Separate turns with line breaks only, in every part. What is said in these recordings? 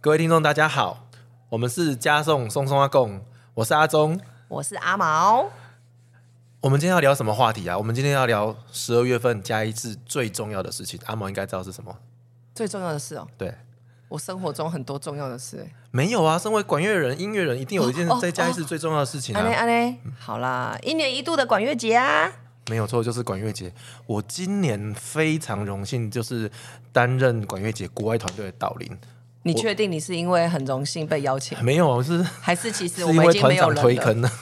各位听众，大家好，我们是加送松松阿贡，我是阿忠。
我是阿毛，
我们今天要聊什么话题啊？我们今天要聊十二月份加一次最重要的事情，阿毛应该知道是什么。
最重要的事哦，
对，
我生活中很多重要的事欸。
没有啊，身为管乐人、音乐人，一定有一件
哦哦哦
再加一次最重要的事情啊。
安嘞安嘞，好啦，一年一度的管乐节啊，
没有错，就是管乐节。我今年非常荣幸，就是担任管乐节国外团队的导领。
你确定你是因为很荣幸被邀请，
没有，啊我是
还是其实
是
我
因
们
为
已经
团
没有
长推
人了？
坑的。啊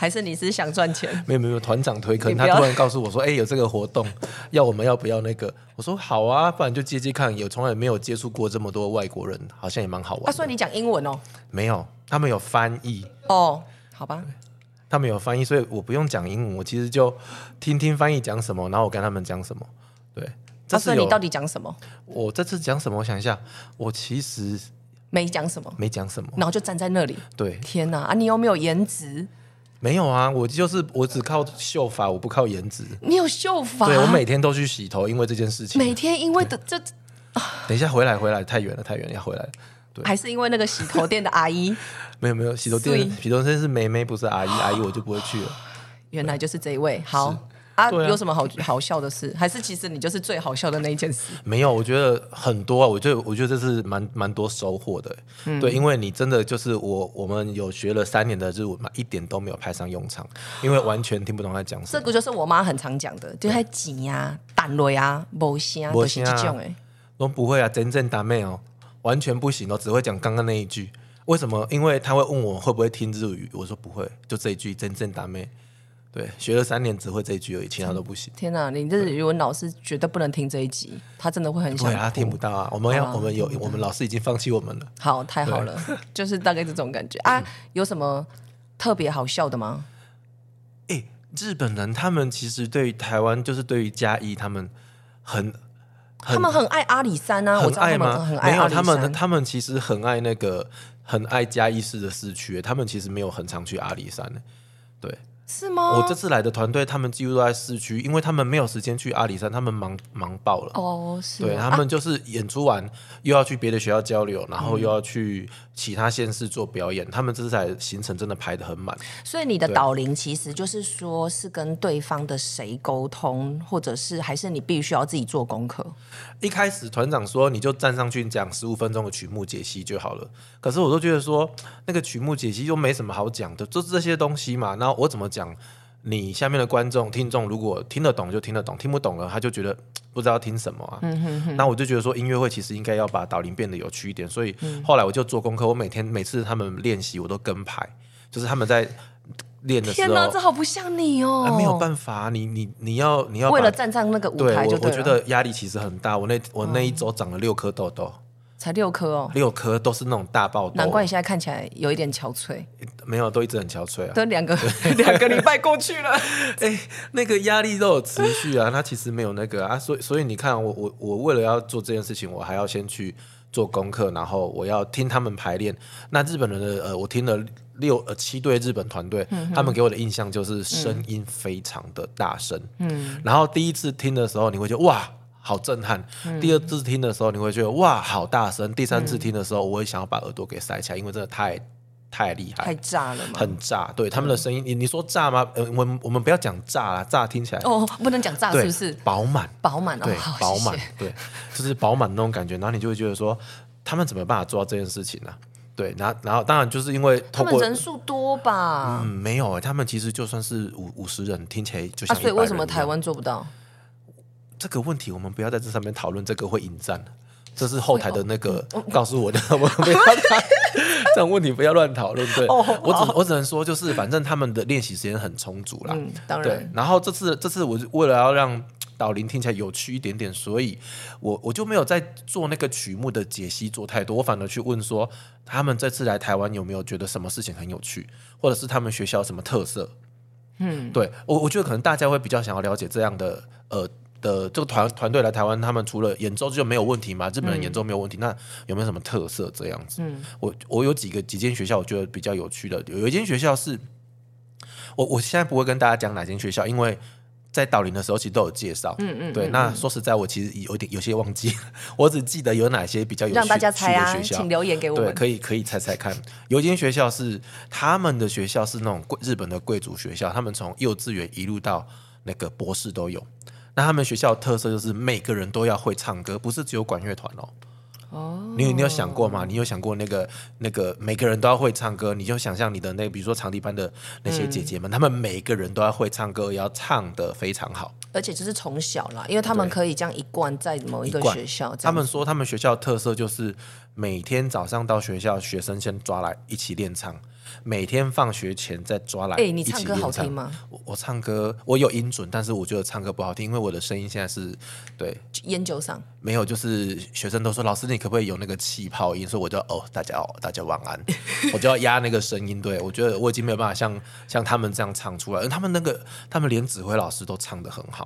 还是你是想赚 钱？
没有没有，团长推坑，
你
他
不要
突然告诉我说：“哎、有这个活动， 要我们要不要那个？”我说：“好啊，不然就接接看。”有从来没有接触过这么多外国人，好像也蛮好玩
啊，
的。
所以你讲英文哦，
没有，他们有翻译，
哦，好吧，
他们有翻译，所以我不用讲英文，我其实就听听翻译讲什么，然后我跟他们讲什么。对，这
啊，
次
所以
有、
你到底讲什么？
我这次讲什么？我想一下，我其实
没讲什么，
没讲什么。
然后就站在那里，
对，
天哪，啊，你有没有颜值？
没有啊，我就是我只靠秀法，我不靠颜值。
你有秀发？
对我每天都去洗头，因为这件事情。
每天因为的这
等一下回来，回来太远了，太远了要回来了。对
还是因为那个洗头店的阿姨，
没有没有，洗头
所
店
以
洗头店是妹妹，不是阿姨，阿姨我就不会去 了。
原来就是这一位。好啊，
对啊
有什么好好笑的事？ 还是其实你就是最好笑的那一件事？
没有，我觉得很多啊，我觉得我觉得这是蛮蛮多收获的、
嗯
对，因为你真的就是我我们有学了三年的日文嘛，一点都没有派上用场，因为完全听不懂他讲什
这
么。
个就是我妈很常讲的，就是挤呀、蛋类啊、无声啊，
没
都
声
是
啊
这种哎。
都不会啊，真正打妹哦，完全不行哦，只会讲刚刚那一句。为什么？因为他会问我会不会听日语，我说不会，就这一句真正打妹。对，学了三年只会这一句而已，其他都不行。
天哪、你这语文老师绝对不能听这一集，他真的会很
对
想
啊，听不到啊！我们要，
好啊
我们有，我们老师已经放弃我们了。
好，太好了， 就是大概这种感觉啊。有什么特别好笑的吗？
诶，日本人他们其实对于台湾，就是对于嘉义，他们很
他们很爱阿里山啊，我
很
知道他
爱
们
吗？
很
没
爱阿
有，
里
他
山。
们他们其实很爱那个，很爱嘉义市的市区。他们其实没有很常去阿里山。对、
是吗？
我这次来的团队，他们几乎都在市区，因为他们没有时间去阿里山，他们忙忙爆了。
哦，是
对
啊
他们就是演出完、又要去别的学校交流，然后
嗯
又要去其他县市做表演，他们这次来行程真的排得很满。
所以你的导灵其实就是说是跟对方的谁沟通，或者是还是你必须要自己做功课。
一开始团长说你就站上去讲十五分钟的曲目解析就好了，可是我都觉得说那个曲目解析又没什么好讲的，就是这些东西嘛。那我怎么讲？你下面的观众听众如果听得懂就听得懂，听不懂了他就觉得嘖不知道听什么啊。
嗯
那我就觉得说音乐会其实应该要把导聆变得有趣一点，所以
嗯
后来我就做功课，我每天每次他们练习我都跟排，就是他们在练的时
天
候
哪，这好不像你哦！
啊没有办法啊，你你你要你要把
为了站上那个舞
对
台就
我，我
了。嗯
觉得压力其实很大。我那我那一周长了六颗痘痘，
才六颗哦，
六颗都是那种大爆痘，
难怪你现在看起来有一点憔悴，
没有都一直很憔悴啊。
都两个 两个礼拜过去 了。
那个压力都有持续啊，它其实没有那个啊，所以所以你看，我我我为了要做这件事情，我还要先去做功课，然后我要听他们排练。那日本人的呃，我听了六呃七对日本团队，他们给我的印象就是声音非常的大声，嗯，然后第一次听的时候，你会觉得哇。好震撼！第二次听的时候，你会觉得哇，好大声；第三次听的时候，我会想要把耳朵给塞起来，因为真的太太厉害了，
太炸了嘛！
很炸，对他们的声音，你你说炸吗？呃，我们我们不要讲炸啦，炸听起来、
哦，不能讲炸
对
是不是？
饱满，
饱满哦
对，，
好
饱满
谢谢，
对，就是饱满那种感觉，然后你就会觉得说，他们怎么办法做到这件事情呢、啊对，然后然后当然就是因为
他
透
们
过
人数多吧
嗯？没有、欸，他们其实就算是五五十人，听起来就
啊，
像、
所以为什么台湾做不到？
这个问题，我们不要在这上面讨论，这个会引战。这是后台的那个
嗯
告诉我的， 我不要他 这种问题不要乱讨论。对，
哦
我只我只能说，就是反正他们的练习时间很充足啦。
嗯，当
对
然，，
然后这次这次我为了要让导聆听起来有趣一点点，所以我我就没有在做那个曲目的解析做太多，我反而去问说他们这次来台湾有没有觉得什么事情很有趣，或者是他们学校有什么特色。嗯，对我我觉得可能大家会比较想要了解这样的呃。的这个团团队来台湾，他们除了演奏就没有问题嘛？日本人演奏没有问题，那有没有什么特色这样子？我我有几个几间学校，我觉得比较有趣的，有一间学校是我我现在不会跟大家讲哪间学校，因为在导林的时候其实都有介绍，嗯嗯，对。那说实在，我其实有点有些忘记， 我只记得有哪些比较有趣
让大家
趣
猜啊，
的学校
请。留言给我
对，
们。
可以可以猜猜看，有一间学校是他们的学校是那种贵日本的贵族学校，他们从幼稚园一路到那个博士都有。那他们学校的特色就是每个人都要会唱歌，不是只有管乐团哦。
哦，
你有你有想过吗？你有想过那个那个每个人都要会唱歌？你就想象你的那个，比如说长笛班的那
嗯
些姐姐们，她、们每个人都要会唱歌，也要唱得非常好。
而且就是从小啦，因为他们
对
可以这样一贯在某一个
一贯
学校，这
他
样
们说他们学校的特色就是每天早上到学校，学生先抓来一起练唱，每天放学前再抓来
哎、
一
你
起
唱
练
歌
唱。
好听吗？
我我唱歌我有音准，但是我觉得唱歌不好听，因为我的声音现在是对
烟酒嗓，
没有，就是学生都说老师你可不可以有那个气泡音？所以我就哦大家哦大家晚 安，我就要压那个声音。对我觉得我已经没有办法像像他们这样唱出来，而他们那个他们连指挥老师都唱得很好。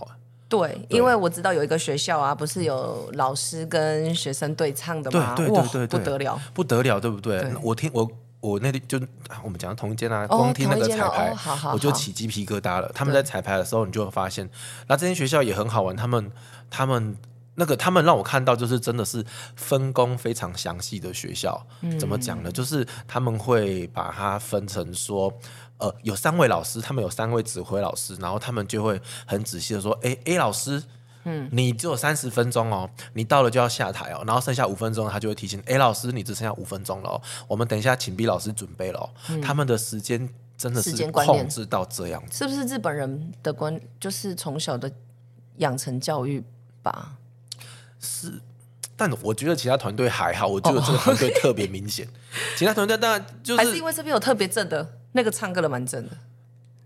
对，因为我知道有一个学校啊，不是有老师跟学生对唱的吗？
对对
哇
对对对
不得了。
不得了，对不对？
对
那我听我我那里就啊我们讲的同一间啊，
哦
光听那个
同一间
彩
哦
排，
哦好好
我就
好
起鸡皮疙瘩了。他们在彩排的时候，你就会发现，那这间学校也很好玩，他们他们。那个他们让我看到，就是真的是分工非常详细的学校。
嗯
怎么讲呢？就是他们会把它分成说，呃，有三位老师，他们有三位指挥老师，然后他们就会很仔细的说，哎，A 老师，嗯，你只有三十分钟哦，你到了就要下台哦，然后剩下五分钟，他就会提醒 A 老师，你只剩下五分钟了、哦，我们等一下请 B 老师准备了、哦。他们的时间真的是
嗯时间观念
控制到这样子，
是不是日本人的观就是从小的养成教育吧？
但我觉得其他团队还好，我觉得这个 团队特别明显，其他团队当然就
哦还是
是
因为这边有特别正的那个唱歌的蛮正的？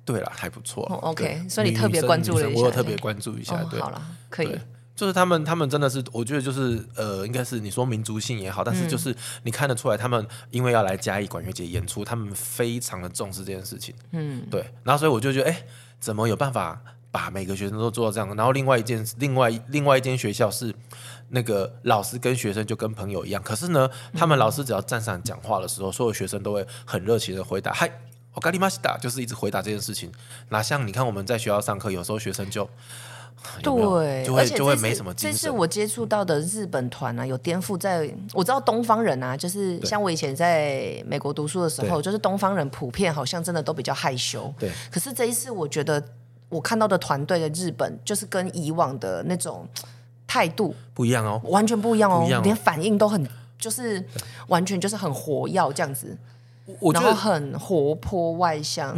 对了，还不错啦、
哦，OK，
对
所以你
女
特别
女生
关注
女
了
生
一
我有
下
特
这
别
样
关注一下，
哦
对，，
好啦，可以
对。就是他们，他们真的是，我觉得就是呃，应该是你说民族性也好，但是
嗯
就是你看得出来，他们因为要来嘉义管乐节演出，他们非常的重视这件事情。嗯，对。然后所以我就觉得，哎，怎么有办法把每个学生都做到这样？然后另外一件，另外另外一间学校是那个老师跟学生就跟朋友一样，可是呢，
嗯
他们老师只要站上讲话的时候，所有学生都会很热情的回答，嗨。我咖喱玛西达就是一直回答这件事情，哪像你看我们在学校上课，有时候学生就啊有没有
对，
就
而
会
且
就会
这次
没什么精
这次
神。
我接触到的日本团啊，有颠覆在我知道东方人啊，就是像我以前在美国读书的时候，
对
就是东方人普遍好像真的都比较害羞。
对，
可是这一次我觉得我看到的团队的日本，就是跟以往的那种态度
不一样哦。
完全不一样哦，
不一样哦
连反应都很就是完全就是很活跃这样子，
我觉
然后
得
很活泼外向。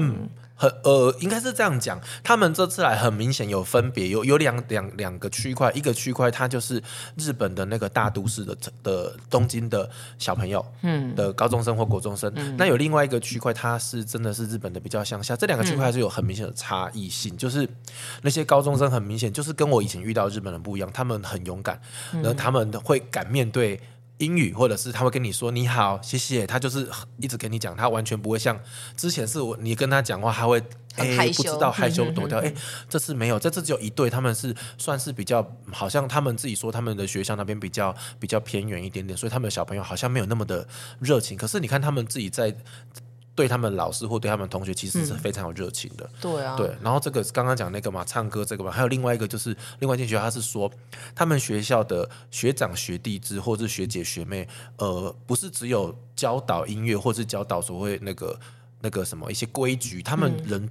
很呃，应该是这样讲，他们这次来很明显有分别，有有两两两个区块，一个区块它就是日本的那个大都市的的东京的小朋友，嗯，的高中生或国中生，那有另外一个区块，它是真的是日本的比较乡下，这两个区块还是有很明显的差异性，就是那些高中生很明显就是跟我以前遇到的日本人不一样，他们很勇敢，然
嗯
后他们会敢面对。英语，或者是他会跟你说你好，谢谢，他就是一直跟你讲，他完全不会像之前是我你跟他讲话，他会
很
哎
害
不知
羞嗯
道害羞躲掉，哎、这次没有，这次只有一对，他们是算是比较好像他们自己说他们的学校那边比较比较偏远一点点，所以他们的小朋友好像没有那么的热情，可是你看他们自己在。对他们老师或对他们同学，其实
嗯
是非常有热情的。
对啊，
对，然后这个刚刚讲那个嘛，唱歌这个嘛，还有另外一个就是另外一间学校，他是说他们学校的学长学弟制或是学姐学妹，呃，不是只有教导音乐或是教导所谓那个那个什么一些规矩，他
嗯
们人。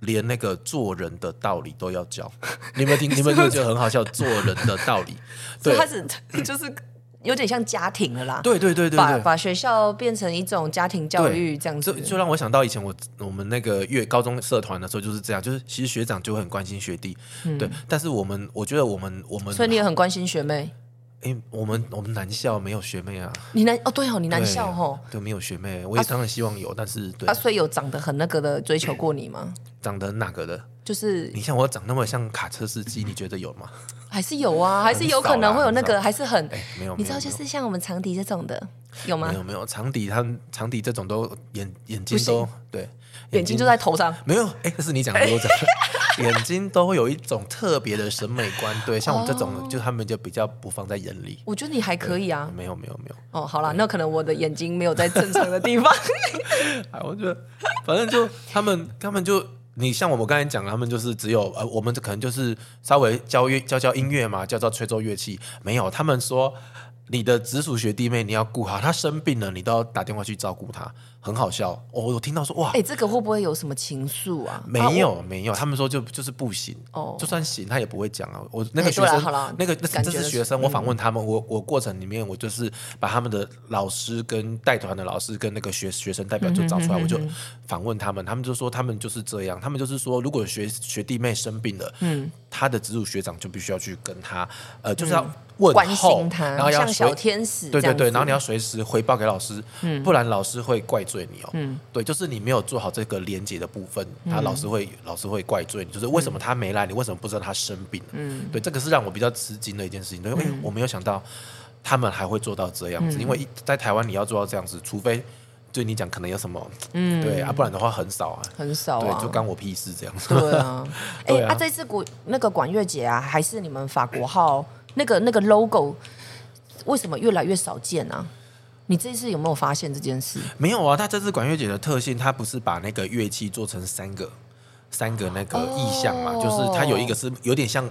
连那个做人的道理都要教， 你有没有听？你有没有觉得很好笑？做人的道 理，
所
对
以，他只 就是有点像家庭了啦。
对对对对
把
对，
把学校变成一种家庭教育这样
这
子，
就让我想到以前我我们那个乐高中社团的时候就是这样，就是其实学长就会很关心学弟，对。但是我们我觉得我们我们
嗯所以你也很关心学妹。
哎、我们我们男校没有学妹啊，
你男哦对哦，你男
对
校吼，
对，没有学妹，我也当然希望有，但是对、
啊，所以有长得很那个的追求过你吗？
长得哪个的，
就是
你像我长那么像卡车司机，你觉得有吗？
还是有啊，还是有可能会有那个，还是很
哎、没有，
你知道
没
就
有
是像我们长笛这种的有吗
没？有没有长笛，他们长笛这种都眼眼睛
不行
都对，
眼睛就在头上，
没有，哎、这是你讲的，我讲 的。眼睛都会有一种特别的审美观，对，像我们这种，
哦
就他们就比较不放在眼里。
我觉得你还可以啊。
没有没有没有，
哦，好啦，那可能我的眼 睛没有在正常的地方。
哎，我觉得反正就他们他们就你像我们刚才讲，他们就是只有呃，我们可能就是稍微教乐教教音乐嘛，教教吹奏乐器，没有。他们说你的直属学弟妹你要顾好，她生病了，你都要打电话去照顾她，很好笑。哦、我听到说哇
哎、，这个会不会有什么情愫啊？啊
没，有、没有，他们说就就是不行，
哦
就算行他也不会讲啊。我那
哎
个学
对啦
生
好啦，
那个那
感
这
觉嗯
是
是
学生，我访问他们，我我过程里面我就是把他们的老师跟带团的老师跟那个学学生代表就找
嗯
出来，我就访问他们，他们就说他们就是这样，他们就是说如果学学弟妹生病了，嗯，他的直属学长就必须要去跟他，呃，就是要问
嗯关
候
心他，
然后要
像小
随
天使
对对
这样
对，
子嗯
然后你要随时回报给老师，不然老师会怪罪你哦。对，就是你没有做好这个连接的部分，
嗯
他老师会、老师会怪罪你，就是为什么他没来，你为什么不知道他生病？嗯，对，这个是让我比较吃惊的一件事情，
嗯
因为我没有想到他们还会做到这样子，因为一在台湾你要做到这样子，除非对你讲可能有什么，嗯，对啊，不然的话很少啊，
很少啊，
对，就干我屁事这样子。
对 啊，哎、
对啊
啊，这次国那个管乐节啊，还是你们法国号那个那个 logo，为什么越来越少见啊？你这次有没有发现这件事？
没有啊，他这次管乐节的特性，他不是把那个乐器做成三个三个那个意象嘛，
哦
就是它有一个是有点像。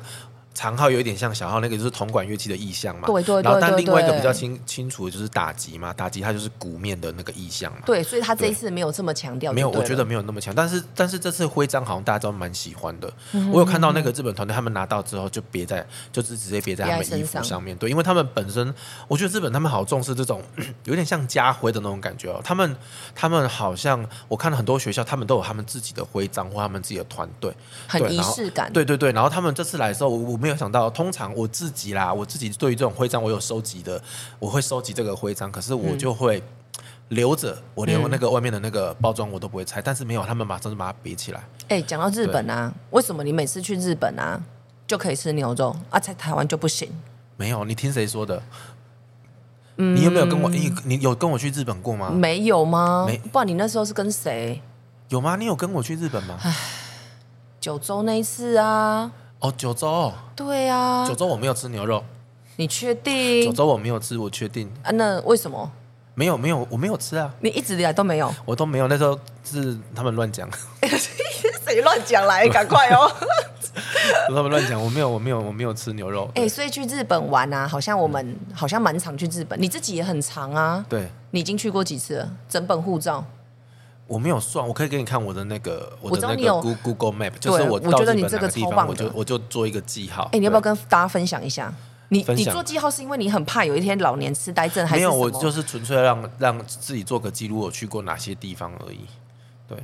长号有一点像小号，那个就是铜管乐器的意象嘛。
对对对
然后，但
对
另外一个
对
比较清清楚的就是打击嘛，打击它就是鼓面的那个意象嘛。
对，所以他这一次没有这么强调就
没
对
有，
了，
我觉得没有那么强。但是但是这次徽章好像大家都蛮喜欢的。
嗯
我有看到那个日本团队，他们拿到之后就别在，就是直接别在他
别在
们衣
身
服
上
上面对，因为他们本身，我觉得日本他们好重视这种 有点像家徽的那种感觉哦。他们他们好像我看了很多学校，他们都有他们自己的徽章或他们自己的团队，
很
对
仪
然后
式感。
对对对，然后他们这次来的时候，我我没有想到，通常我自己啦，我自己对于这种徽章，我有收集的，我会收集这个徽章，可是我就会留着，我连那个外面的那个包装我都不会拆，但是没有，他们马上就把它别起来。
哎、讲到日本啊，为什么你每次去日本啊就可以吃牛肉啊，在台湾就不行？
没有，你听谁说的？你有没有跟我你你有跟我去日本过吗？
没有
啊
吗
没？
不然你那时候是跟谁？
有吗？你有跟我去日本吗？
九州那一次啊？
哦，九州哦，
对啊
九，州我没有吃牛肉，
你确
九
定？
州我没有吃，我确定
啊，那为什么
没有没有我没有吃啊，
你一直以来都没有？
我都没有，那时候是他们乱讲。
谁乱讲来？赶快哦！
他们乱讲，我没有，我没有，我没有吃牛肉。
哎、所以去日本玩啊，好像我们好像蛮常去日本，你自己也很常啊。
对，
你已经去过几次了？整本护照，
我没有算，我可以给你看我的那个我
知
的
道
那
你
个
有
Google Google Map，就是
对
我
我
到
觉
日
得
本
你
哪
这
个
个
地
超
方，
棒
我就
的
我就做一个记号。哎
哎、你要不要跟大家分享一下？你
分
你
享
做记号是因为你很怕有一天老年痴呆症，还
没
是
有，
什
我
么
就是纯粹让让自己做个记录，我去过哪些地方而已。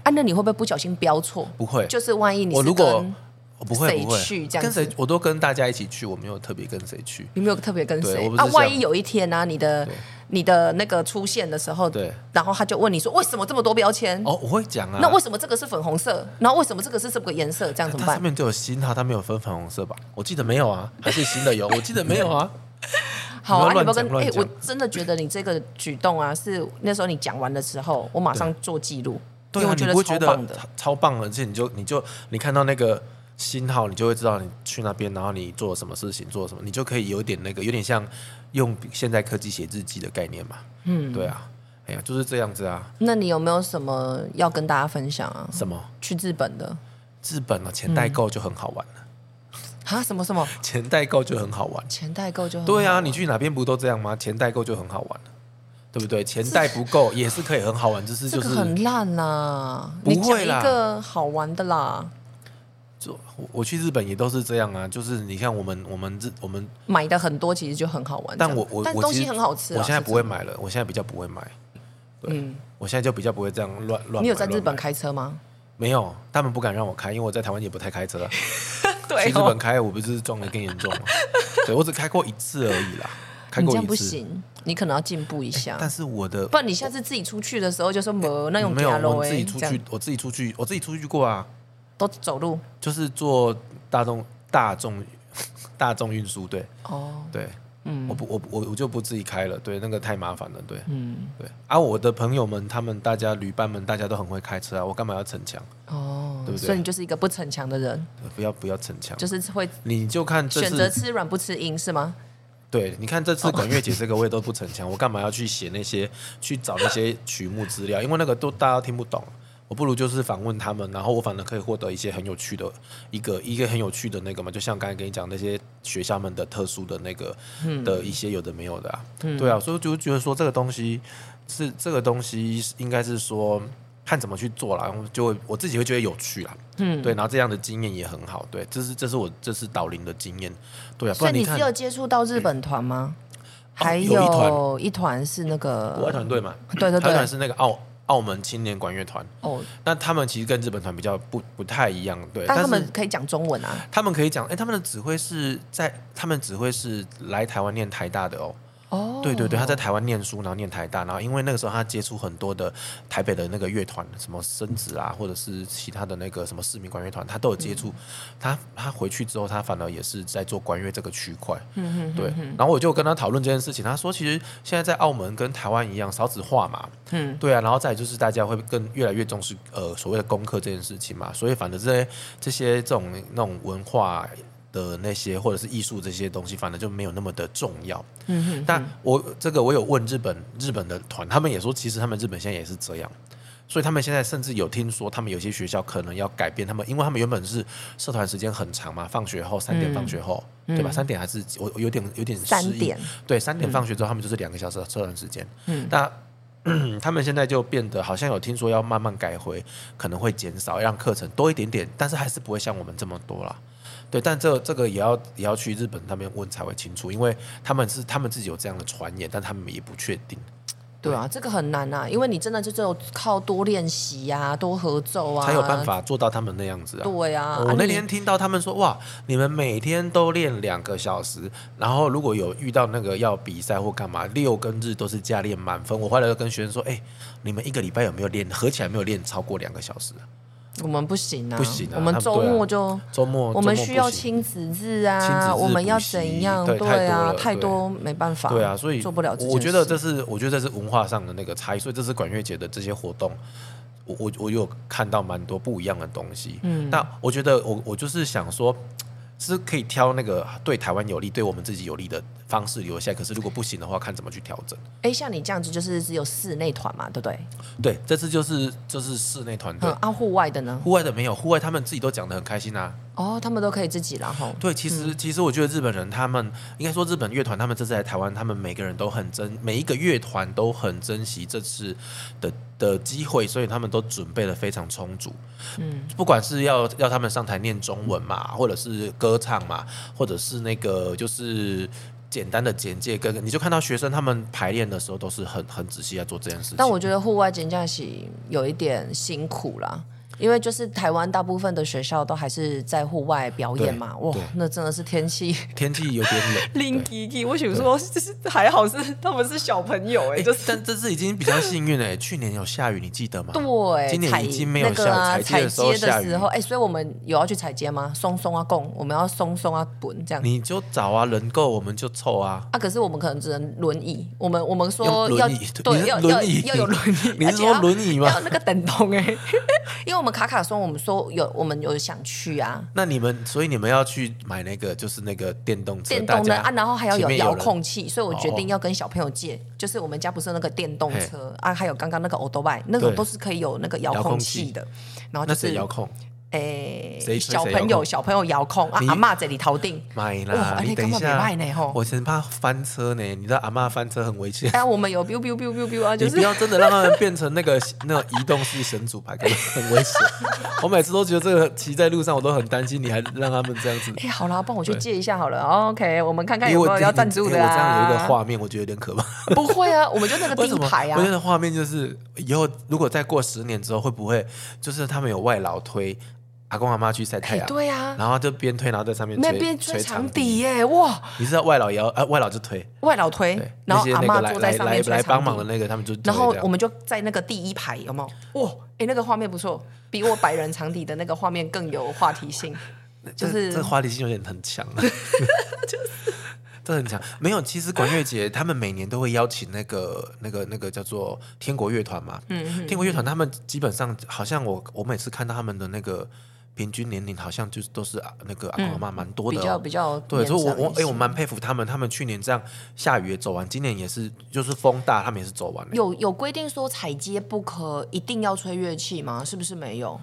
啊，那你会不会不小心标错？
不会，
就是万一你
我
是
如果
跟
我不会
谁
不会
去这样
跟谁
子，
我都跟大家一起去，我没有特别跟谁去。
你没有特别跟
对
谁
我不是
啊？
像
万一有一天呢、啊，你的你的那个出现的时候，
对，
然后他就问你说为什么这么多标签？
哦，我会讲啊。
那为什么这个是粉红色？然后为什么这个是这个颜色？这样怎么
它
办
上？面就有新号，它没有分粉红色吧？我记得没有啊，还是新的有？我记得没有啊。
好啊，
你不要
你要不
乱
要
讲
跟哎、
乱讲
我真的觉得你这个举动啊，是那时候你讲完的时候，我马上做记录，因
对
为
啊，
我
你
觉
不会
超
觉
棒
得
的。
超超棒的，而且你就你就你看到那个星号，你就会知道你去那边，然后你做了什么事情，做了什么，你就可以有点那个，有点像用现代科技写日记的概念嘛。嗯，对啊，哎呀，就是这样子啊。
那你有没有什么要跟大家分享啊？
什么
去日本的
日本啊，
嗯
钱代购就很好玩了，
啊？什么什么
钱代购就很好玩。
钱代购就很
对啊，
好
你去哪边不都这样吗？钱代购就很好玩了，对不对？钱代不够也是可以很好玩，只是
这
就
个
是
很烂啦，
不
你
会啦
讲一个好玩的啦，
就我我去日本也都是这样啊，就是你看我们我们日我们
买的很多其实就很好玩。
但
这样
我我
但
我
东
其
西
实
很好吃啊。
我现在
是
不会
真的，嗯
买了，我现在比较不会买。对，我现在就比较不会这样乱乱买。
你有在日
乱
本
买？
开 车吗？
没有，他们不敢让我开，因为我在台湾也不太开车啊。去
对哦
日本开，我不是撞得更严重吗？对我只开过一次而已啦，开
你
过
这
一次。
样
哎
不行，你可能要进步一下。
但是我的
不然你下次自己出去的时候就说没那种
没有，
走路
我自己
欸
出
这
去
样，
我自己出去，我自己出去过啊，
都走路
就是坐大众大众大众运输，对
哦。
对。我不，我不我我就不自己开了，对，那个太麻烦了，对，
嗯
对。啊，我的朋友们，他们大家旅伴们，大家都很会开车啊，我干嘛要逞强？
哦，
对不对
所以你就是一个不逞强的人，
不要不要逞强，
就是会
你就看这
选择
次，
吃软不吃硬，是吗？
对，你看这
哦
次管乐节这个我也都不 逞强，我干嘛要去写那些去找那些曲目资料？因为那个都大家都听不懂，我不如就是访问他们，然后我反而可以获得一些很有趣的一个一个很有趣的那个嘛，就像刚才跟你讲那些学校们的特殊的那个、
嗯
的一些有的没有的啊，对啊，所以我就觉得说这个东西是这个东西应该是说看怎么去做啦，然后就会我自己会觉得有趣啦，嗯，对，然后这样的经验也很好，对，这是这是我这是导林的经验，对啊，不
所以
然
你
看嗯
只有接触到日本团吗？还
有一团
有一团是那
国外
个
团队嘛，
嗯对对对
台团是那个澳澳门青年管乐团，
哦，
那他们其实跟日本团比较不不太一样，对，但
但他
是
们可以讲中文啊。
他们可以讲，哎、他们的指挥是在他们指挥是来台湾念台大的哦。
哦，
对对对，他在台湾念书，然后念台大，然后因为那个时候他接触很多的台北的那个乐团，什么生子啊，或者是其他的那个什么市民管乐团，他都有接触。他他回去之后，他反而也是在做管乐这个区块。嗯嗯，对。然后我就跟他讨论这件事情，他说其实现在在澳门跟台湾一样少子化嘛。嗯，对啊。然后再来就是大家会更越来越重视呃所谓的功课这件事情嘛，所以反正这些这些这种那种文化。的那些或者是艺术这些东西，反正就没有那么的重要。
嗯
但我这个我有问日本日本的团，他们也说，其实他们日本现在也是这样，所以他们现在甚至有听说，他们有些学校可能要改变他们，因为他们原本是社团时间很长嘛，放学后三点放学后，对吧？三点还是我我有点有点失忆
嗯三点，
对，三点放学之后，他们就是两个小时的社团时间。嗯，那。 他们现在就变得好像有听说要慢慢改回，可能会减少，让课程多一点点，但是还是不会像我们这么多啦。对，但这这个也要也要去日本那边问才会清楚，因为他们是他们自己有这样的传言，但他们也不确定。
对啊，这个很难啊，因为你真的就只有靠多练习啊，多合奏啊，
才有办。法做到他们那样子啊。
对啊，
我
啊
那
你
天听到他们说，哇，你们每天都练两个小时，然后如果有遇到那个要比赛或干嘛，六跟日都是加练满分。我后来就跟学生说，哎、你们一个礼拜有没有练？合起来没有练超过两个小时啊、
我们不行啊，
不行啊
我们周末就、
周末
我们
哦周末不
需要
行
亲子日
亲子
啊，
日
我们要
补习
怎样？
对太多
啊
了，
太多没办法。
对啊，所以
做不了这件事。
我觉得这是我觉得这是文化上的那个差异，所以这次管乐节的这些活动，我我我有看到蛮多不一样的东西。嗯，那我觉得我我就是想说。是可以挑那个对台湾有利、对我们自己有利的方式留下，可是如果不行的话，看怎么去调整。
哎，像你这样子就是只有室内团嘛，对不对？
对，这次就是就是室内团队
嗯，，啊，户外的呢？
户外的没有，户外他们自己都讲的很开心啊。
哦，他们都可以自己然后。
对，其实、其实我觉得日本人他们应该说日本乐团，他们这次来台湾，他们每个人都很珍，每一个乐团都很珍惜这次的的机会，所以他们都准备的非常充足。嗯，不管是要要他们上台念中文嘛，或者是歌唱嘛，或者是那个就是。简单的简介跟你就看到学生他们排练的时候都是很很仔细在做这件事情。
但我觉得户外减价洗有一点辛苦啦。因为就是台湾大部分的学校都还是在户外表演嘛，
对
哇
对，
那真的是天气，
天气有点冷
零吉吉。我想说，就是还好是他们是小朋友哎、
哎、
就
但这次已经比较幸运了、欸。去年有下雨，你记得吗？
对，
今年已经没有
那个啊
下雨采
采
接的时候下雨
时候，哎、所以我们有要去采接吗？松松啊贡，我们要松松啊滚这样。
你就找啊，人够我们就凑啊。
啊，可是我们可能只能轮椅，我们我们说
用
要
轮椅，你
对
是
要要
轮椅，
要有轮椅，
你
而
是
且
说
要
轮椅吗
要那个等同哎、 因为我们卡卡说我们说有我们有想去啊，
那你们，所以你们要去买那个，就是那个电动车，
电
大
动的
家
啊，然后还要
前
有
面
遥
人
控器，所以我决定
哦
要跟小朋友借，就是我们家不是有那个电动车啊，还有刚刚那个 o d o b i 那个
对
都是可以有那个遥
遥控
控
器
器的，然后
那
就
谁
是
遥控？
诶
谁吹谁
小朋
遥
友
控
小朋友遥控啊
你，
阿妈这里头定。
买
哇
啦，
哎
你
你
等一
根本
下
不赖呢吼，
我很怕翻车呢。你知道阿嬷翻车很危险，
哎，我们有 biu biu biu biu biu 啊， 就
你不
是
要真的让他们变成那个那个移动式神主牌，感觉很 危险。我每次都觉得这个骑在路上，我都很担心，你还让他们这 样子。
哎，好啦，帮我去借一下好了。OK，我们哎看看
因为
有
我
没有要赞助的
因为我这样有一
啊
个。画面，我觉得有点可怕。
不会啊，我们就那个
为
第
什
一
么
排
我觉
啊。
得画面就是以后如果再过十年之后，会不会就是他们有外劳推阿公阿妈去晒太
哎，
阳？
对啊，
然后就边推，然后在上面
没
吹
有边
吹
吹长
笛
笛。耶，哇，
你知道外劳也要，呃，外劳就推，
外老推
对，，
哎然
那
后
些
阿
那
妈
个来
坐在
来
上
来
面吹
来帮忙
长
的那
笛。
个，他们就推
然后
这样
我们就在那个第一排，有没有？哇，哎，那个画面不错，比我百人长笛的那个画面更有话题性。就
这
是
这话题性有点很强、 啊，就是这很强。没有，其实管乐节他们每年都会邀请那个那个那个叫做
嗯
天国乐团嘛，嗯，天国乐团他们基本上好像我我每次看到他们的那个。平均年龄好像就是都是啊那个阿公阿妈蛮多
嗯比
的、哦
较比较
对，所以我我哎、我
们
蛮佩服他们，他们去年这样下雨也走完，今年也是就是风大，他们也是走完了。
有有规定说踩街不可一定要吹乐器吗？是不是没有？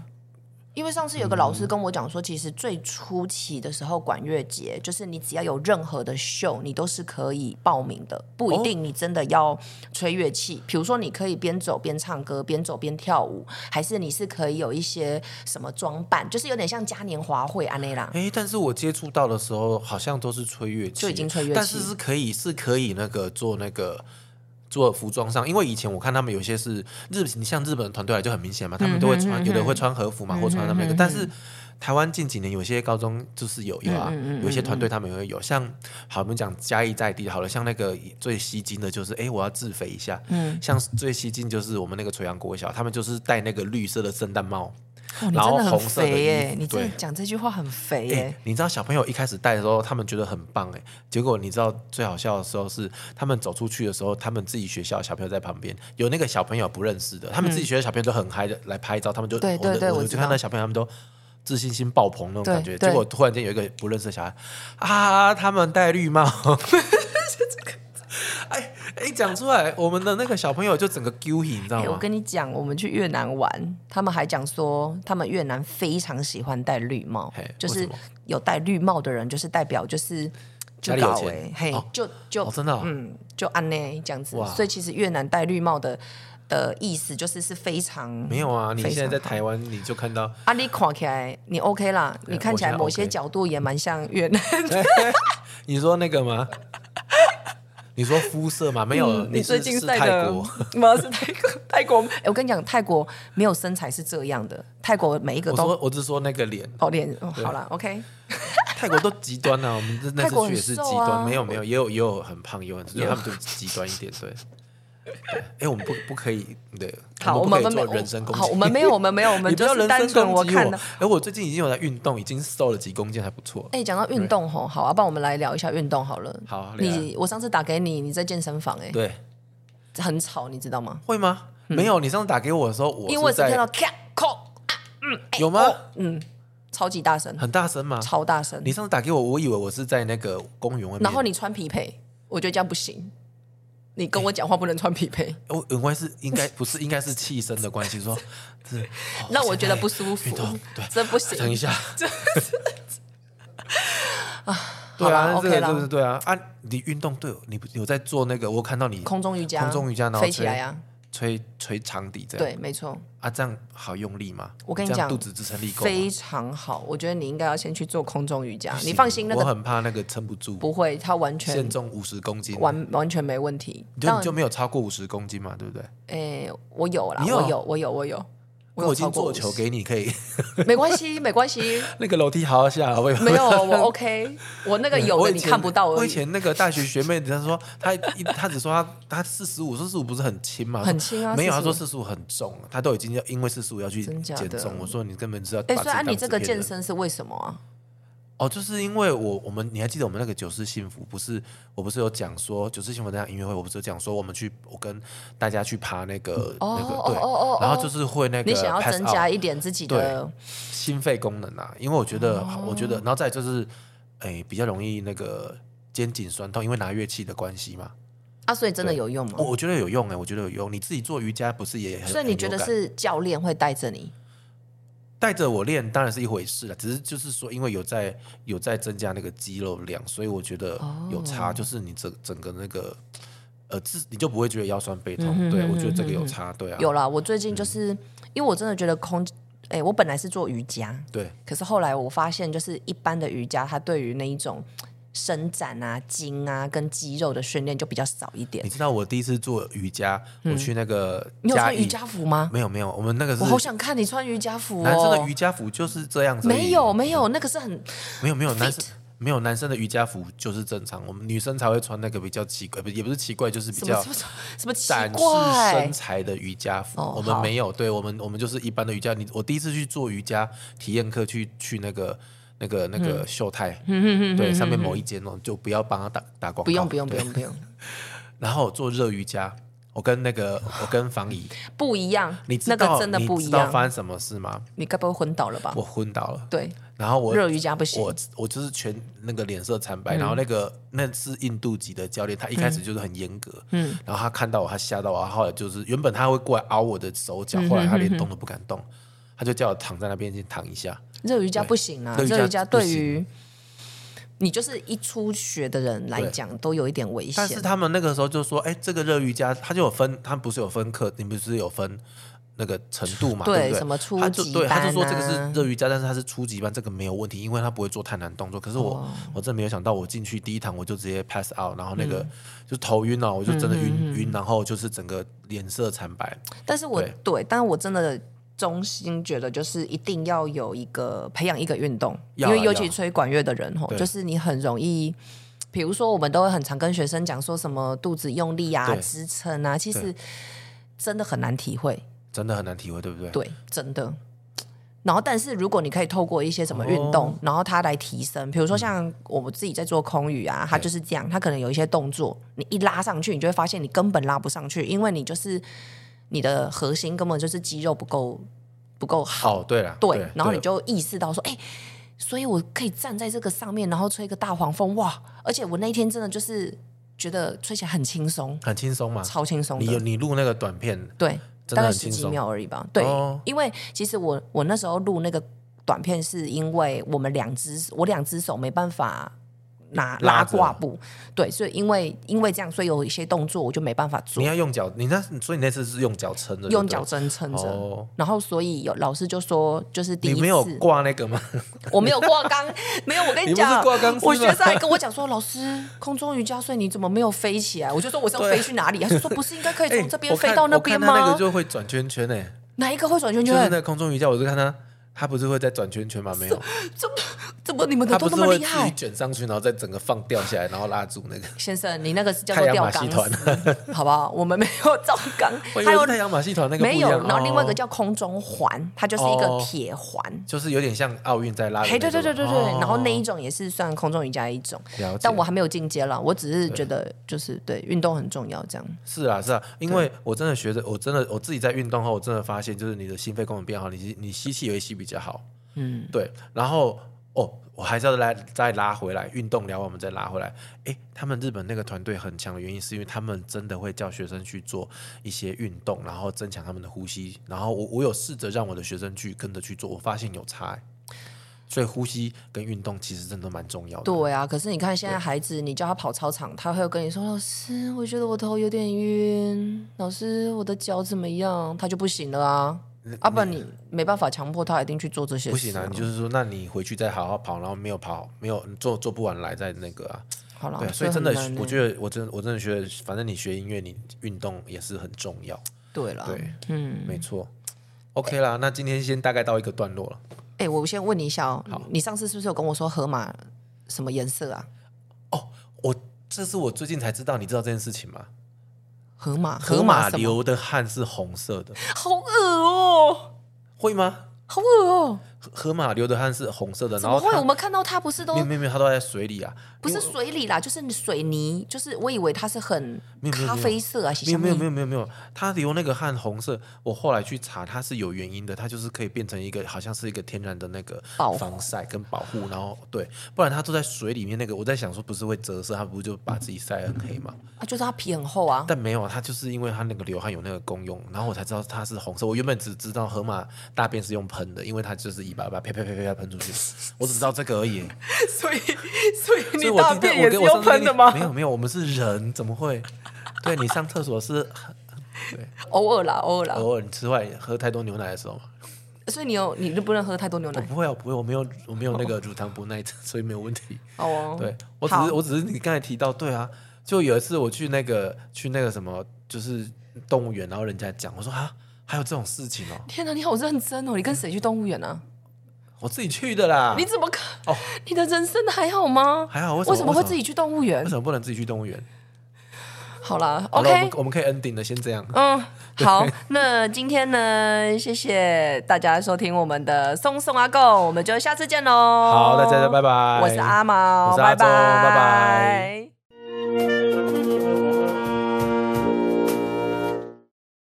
因为上次有个老师跟我讲说，其实最初期的时候管乐节，就是你只要有任何的秀，你都是可以报名的，不一定你真的要吹乐器。比如说，你可以边走边唱歌，边走边跳舞，还是你是可以有一些什么装扮，就是有点像嘉年华会啊安内啦。
哎、但是我接触到的时候，好像都是吹乐器，
就已经吹乐器
但是是可以是可以那个做那个做服装上，因为以前我看他们有些是日，你像日本的团队来啊就很明显嘛，
嗯
他们都会穿，有的会穿和服嘛，或穿他们那个，但是。台湾近几年有些高中就是有有
嗯
啊，有一些团队他们也会有，像好我们讲嘉义在地好了，像那个最吸睛的就是，哎、我要自肥一下，嗯，像最吸睛就是我们那个垂杨国小，他们就是戴那个绿色的圣诞帽，
哦、你
然
真
后
的很
红色的
肥耶、
衣服
你真的
对
讲这句话很肥耶、
哎、你知道小朋友一开始戴的时候，他们觉得很棒哎、结果你知道最好笑的时候是，他们走出去的时候，他们自己学校的小朋友在旁边，有那个小朋友不认识的，他们自己学校小朋友都很嗨的来拍照，他们就
嗯对
我的
对对
我
我
的
知
就
道
看到小朋友他们都。自信心爆棚那种
对
感觉，
对
结果突然间有一个不认识的小孩，啊，他们戴绿 帽， 哎哎，讲出来，我们的那个小朋友就整个丢你知道
欸我
吗？
跟你讲，我们去越南玩，他们还讲说，他们越南非常喜欢戴绿帽
嘿，
就
为
是
什么
有戴绿帽的人，就是代表就是就
家里有
搞哎、
钱
嘿，
哦
就就、
哦真的哦
嗯，就安呢这样子
哇。
所以其实越南戴绿帽的的意思就是是非常
没有啊，你
非常
现在在台
好。
湾你就看到
啊，你看起来你 OK 啦，
对啊
你看起来
我现在
某些
OK 啊
角度也蛮像越 南。
你说那个吗？你说肤色吗？没有，
嗯你
是
最近
是
晒
泰
的
国。
吗？是泰国，泰国。哎、我跟你讲，泰国没有身材是这样的，泰国每一个
我
都
说，我只说那个脸，
哦，脸哦，好啦 o k
泰国都极端 啊。我们那那
泰国
次
很
去也是极
瘦啊
端，没有没有，也有也有很胖，也有很瘦，他们就极端一点，对。 对哎，我们不不可以，对，
好，我
们
们
不可以
没
做
有
人身攻击。
好，我们没有，我们没有，我们
你不要
就是
人
单
身
纯
攻
我
击
看
我
的。。
哎，我最近已经有在运动，已经瘦了几公斤，还不错。
哎、讲到运动吼，好，要、不然我们来聊一下运动好了。
好啊聊
你我上次打给你，你在健身房哎、
对，
很吵，你知道吗？
会吗？没有，你上次打给我的时候，我
嗯因为我
是
只听到
在
咔扣，
有吗？
嗯，超级大声，
很大声吗？
超大声
你。上次打给我，我以为我是在那个公园外面。
然后你穿匹配，我觉得这样不行。你跟我讲话不能穿匹配，
我哦应该是应该不是应该是气声的关系，说是哦
让我觉
现
得
在
不舒服
运动对，
这不
等一
行。
下，对啊，
好啦
这个
OK 啦
就是对啊啊！你运动对，你你有在做那个？我看到你
空中瑜伽，
空中瑜伽然后
飞起
吹
来啊！
吹吹长笛这样，
对，没错。
啊，这样好用力吗？
我跟你
这样
讲
肚子支撑力够
非
吗？
常好，我觉得你应该要先去做空中瑜伽。
行
你放心，那
我
个
很怕那个撑不住，
不会，它完
限
全
重五十公斤，
完完全没问题。
你就
但
你就没有超过五十公斤嘛，对不对？
诶，我有啦，
你有
我有，我有，我有，有
我已经
超
做
过
球给你，可以
50，没关系，没关系，
那个楼梯好好下，我也
没有，我 OK，我那个有
我
的
以
你
前
看不到
我
而
以
已，
前那个大学学妹，她说她一她只说她她四十五，四十五不是很轻嘛？
很轻啊
没有，
45
她说四十五很重，啊她都已经要因为四十五要去
真假的
减重。我说你根本知道。
哎，所以啊，你这个健
身
身是为什么啊？
哦，就是因为我我们你还记得我们那个九四幸福不是？我不是有讲说九四幸福那场音乐会，我不是有讲说我们去我跟大家去爬那个
哦
那个
哦
对
哦哦哦，
然后就是会那个
你想要
pass
增
out
加一点自己的，
心肺功能啊，因为我觉得，我觉得，
哦
然后再来就是，哎、比较容易那个肩颈酸痛，因为拿乐器的关系嘛。
啊，所以真的有用吗
我？我觉得有用哎、我觉得有用。你自己做瑜伽不是也很？
所以
很
你
有
觉得
感
是教练会带着你？
带着我练当然是一回事了，只是就是说，因为有在有在增加那个肌肉量，所以我觉得有
哦
差，就是你整整个那个呃自你就不会觉得腰酸背
嗯
痛。对我觉得这个有差，对啊，
有啦，我最近就是因为我真的觉得空，哎，我本来是做瑜伽，
对
可是后来我发现，就是一般的瑜伽，它对于那一种伸展啊、筋啊跟肌肉的训练就比较少一点
你。知道我第一次做瑜伽，我去那个
嗯你有
嘉
穿瑜
义，
伽服吗？
没有没有，我们那个是
我好想看你穿瑜伽服哦。
男生的瑜伽服就是这样子而已，
没有没有，那个是很
没有没有男生没有男生的瑜伽服就是正常，我们女生才会穿那个比较奇怪，不也不是奇怪，就是比
什么
较
什么什么奇
展示
怪
身，材的瑜伽服。
哦
我
好
们没有，对我们我们就是一般的瑜伽。你我第一次去做瑜伽体验课，去去那个。那个那
嗯
个秀泰，对，上面某一间哦，就不要帮他打打广告，
不用不用不
对。
用不用，
然后我做热瑜伽，我跟那个我跟房姨，
不一样，
你知
那
道
个真的不
你
一
知道
样。
发生什么事吗？
你该不会昏倒了吧？
我昏倒了，
对，
然后我
热瑜伽不行嗯
我我就是全那个脸色惨白，然后那个那是印度籍的教练，他一开始就是很严格，嗯，然后他看到我，他吓到我，然后后来就是原本他会过来凹我的手脚，
嗯
后来他连动都不敢动，他就叫我躺在那边先躺一下，
热瑜伽不行啊，
热瑜伽
热瑜伽
不
对
行
于你就是一初学的人来
对
讲，都有一点危
但是
险。
他们那个时候就说，哎，这个热瑜伽，他就有分，他们不是有分课，你们不是有分那个程度嘛？
对
对不对？
什么初
他就
级
对，他就
班
说这个
啊
是热瑜伽，但是他是初级班，这个没有问题，因为他不会做太难动作。可是我、
哦
我真的没有想到，我进去第一堂我就直接 pass out，然后那个、
嗯
就头晕了，我就真的晕、晕，然后就是整个脸色惨白。
但是我
对
对，但我真的衷心觉得，就是一定要有一个培养一个运动，因
要啊
为尤其
要啊
吹管乐的人吼，
对
就是你很容易。比如说，我们都会很常跟学生讲说什么肚子用力啊、
对
支撑啊，其实
对
真的很难体会。
真的很难体会，对不对？
对，真的。然后，但是如果你可以透过一些什么运动，然后它来提升，比如说像我们自己在做空余啊，它就是这样，它可能有一些动作，你一拉上去，你就会发现你根本拉不上去，因为你就是你的核心根本就是肌肉不够不够好，
哦，对了，
对，然后你
对
就意识到说，哎、所以我可以站在这个上面，然后吹个大黄蜂，哇！而且我那天真的就是觉得吹起来很轻松，
很轻松嘛。
超轻松
你
的
有，你录那个短片，
对，
真的
大概
很
十
轻
几
松。
秒而已吧。对，
哦
因为其实我我那时候录那个短片，是因为我们两只我两只手没办法拿
拉
拉
着
挂布，对，所以因为因为这样，所以有一些动作我就没办法做
你，要用脚，你那所以你那次是用脚撑着，
用脚
撑
真撑着。
哦。
然后，所以有老师就说，就是第一
你
次
没有挂那个吗？
我没有挂钢，没有。我跟
你不是
讲，
挂钢丝
我学
吗
生还跟我讲说，老师，空中瑜伽睡你怎么没有飞起来？我就说我是要
对啊
飞去哪里？他就说不是应 该可以哎从
欸
这边
我
飞
看
到那
我看
边
他那
吗
个？就会转圈圈诶、
哪一个会转圈
就是
圈？
那空中瑜伽，我就看他，他不是会在转圈圈吗？没有，
怎么你们的
他
都
不是
那么
会
厉
自
害
己？卷上去，然后再整个放掉下来，然后拉住 那个。
先生，你那个是叫
太
做
阳
吊
马戏
钢
团，
丝， 好不好？我们没有造钢，
我以
还
为
有
是太阳马戏团那个不
哎没
一
有
样？
然后另外一个
哦
叫空中环，它就是一个
哦
铁环。
就是有点像奥运在拉的
哎，
那
对
种。
对对对对，
哦
然后那一种也是算空中瑜伽的一种，
了解
但我还没有进阶了，我只是觉得就是对运动很重要，这样
是啊是啊，因为我真的学着，我真的我自己在运动后，我真的发现就是你的心肺功能变好，你吸你吸气也会吸比较好。嗯，对。然后哦，我还是要来再拉回来，运动聊完我们再拉回来。诶，他们日本那个团队很强的原因，是因为他们真的会叫学生去做一些运动，然后增强他们的呼吸。然后我我有试着让我的学生去跟着去做，我发现有差、欸。所以呼吸跟运动其实真的蛮重要的。
对啊。可是你看现在孩子，你叫他跑操场，他会跟你说：“老师，我觉得我头有点晕，老师，我的脚怎么样？”他就不行了啊。啊，不然你没办法强迫他一定去做这些事、
不行啊！你就是说，那你回去再好好跑，然后没有跑，没有做做不完来再那个啊。
好了
对，啊，所以真的
很难，欸
我觉得我真我真的觉得，反正你学音乐，你运动也是很重要。
欸对了，
对，嗯，没错。OK 啦，那今天先大概到一个段落了。
哎、我先问你一下哦，你上次是不是有跟我说河马什么颜色啊？
我这是我最近才知道，你知道这件事情吗？
河马，
河
马
马
什么？
流的汗是红色的，
好恶哦、
会吗？
好恶哦、
河河马流的汗是红色的，
怎
然
么
后
会？我
它
们看到它不是都
没有没有没有，它都在水里啊。
不是水里啦，就是水泥，就是我以为它是很
没有没有
咖啡色啊，洗
没有没有没
有，
有没有没有，它流那个汗红色，我后来去查，它是有原因的，它就是可以变成一个好像是一个天然的那个
保护
防晒跟保护，然后对，不然它都在水里面那个，我在想说不是会折射，它不就把自己晒很黑吗？
啊，就是它皮很厚啊。
但没有，它就是因为它那个流汗有那个功用，然后我才知道它是红色。我原本只知道河马大便是用喷的，因为它就是尾巴把啪啪啪啪啪喷出 去，我只知道这个而已。
所以，所以
所以我记得我跟我上次跟你 没有没有，我们是人，怎么 会？对你上厕所是
偶尔啦，偶尔啦。
偶尔你吃坏喝太多牛奶的时候嘛？
所以你有，你就不能喝太多牛
我
奶
不会啊，我不会，我没有，我没有那个乳糖不耐症，所以没有问题。
哦哦。
对我只
好
是，我只是你刚才提到，对啊，就有一次我去那个去那个什么，就是动物园，然后人家讲，我说啊，还有这种事情哦，
天哪，你好认真哦！你跟谁去动物园啊？
我自己去的啦。
你怎么看？
哦
你的人生还好吗？
还好为什么
为什么会
为什么
自己去动物园
为？什么不能自己去动物园
好啦
好了我们
，OK，
我们可以 ending 的，先这样。
嗯，好，那今天呢，谢谢大家收听我们的松松阿贡，我们就下次见喽。
好，大家拜拜。
我是阿毛，
我是阿周拜拜
拜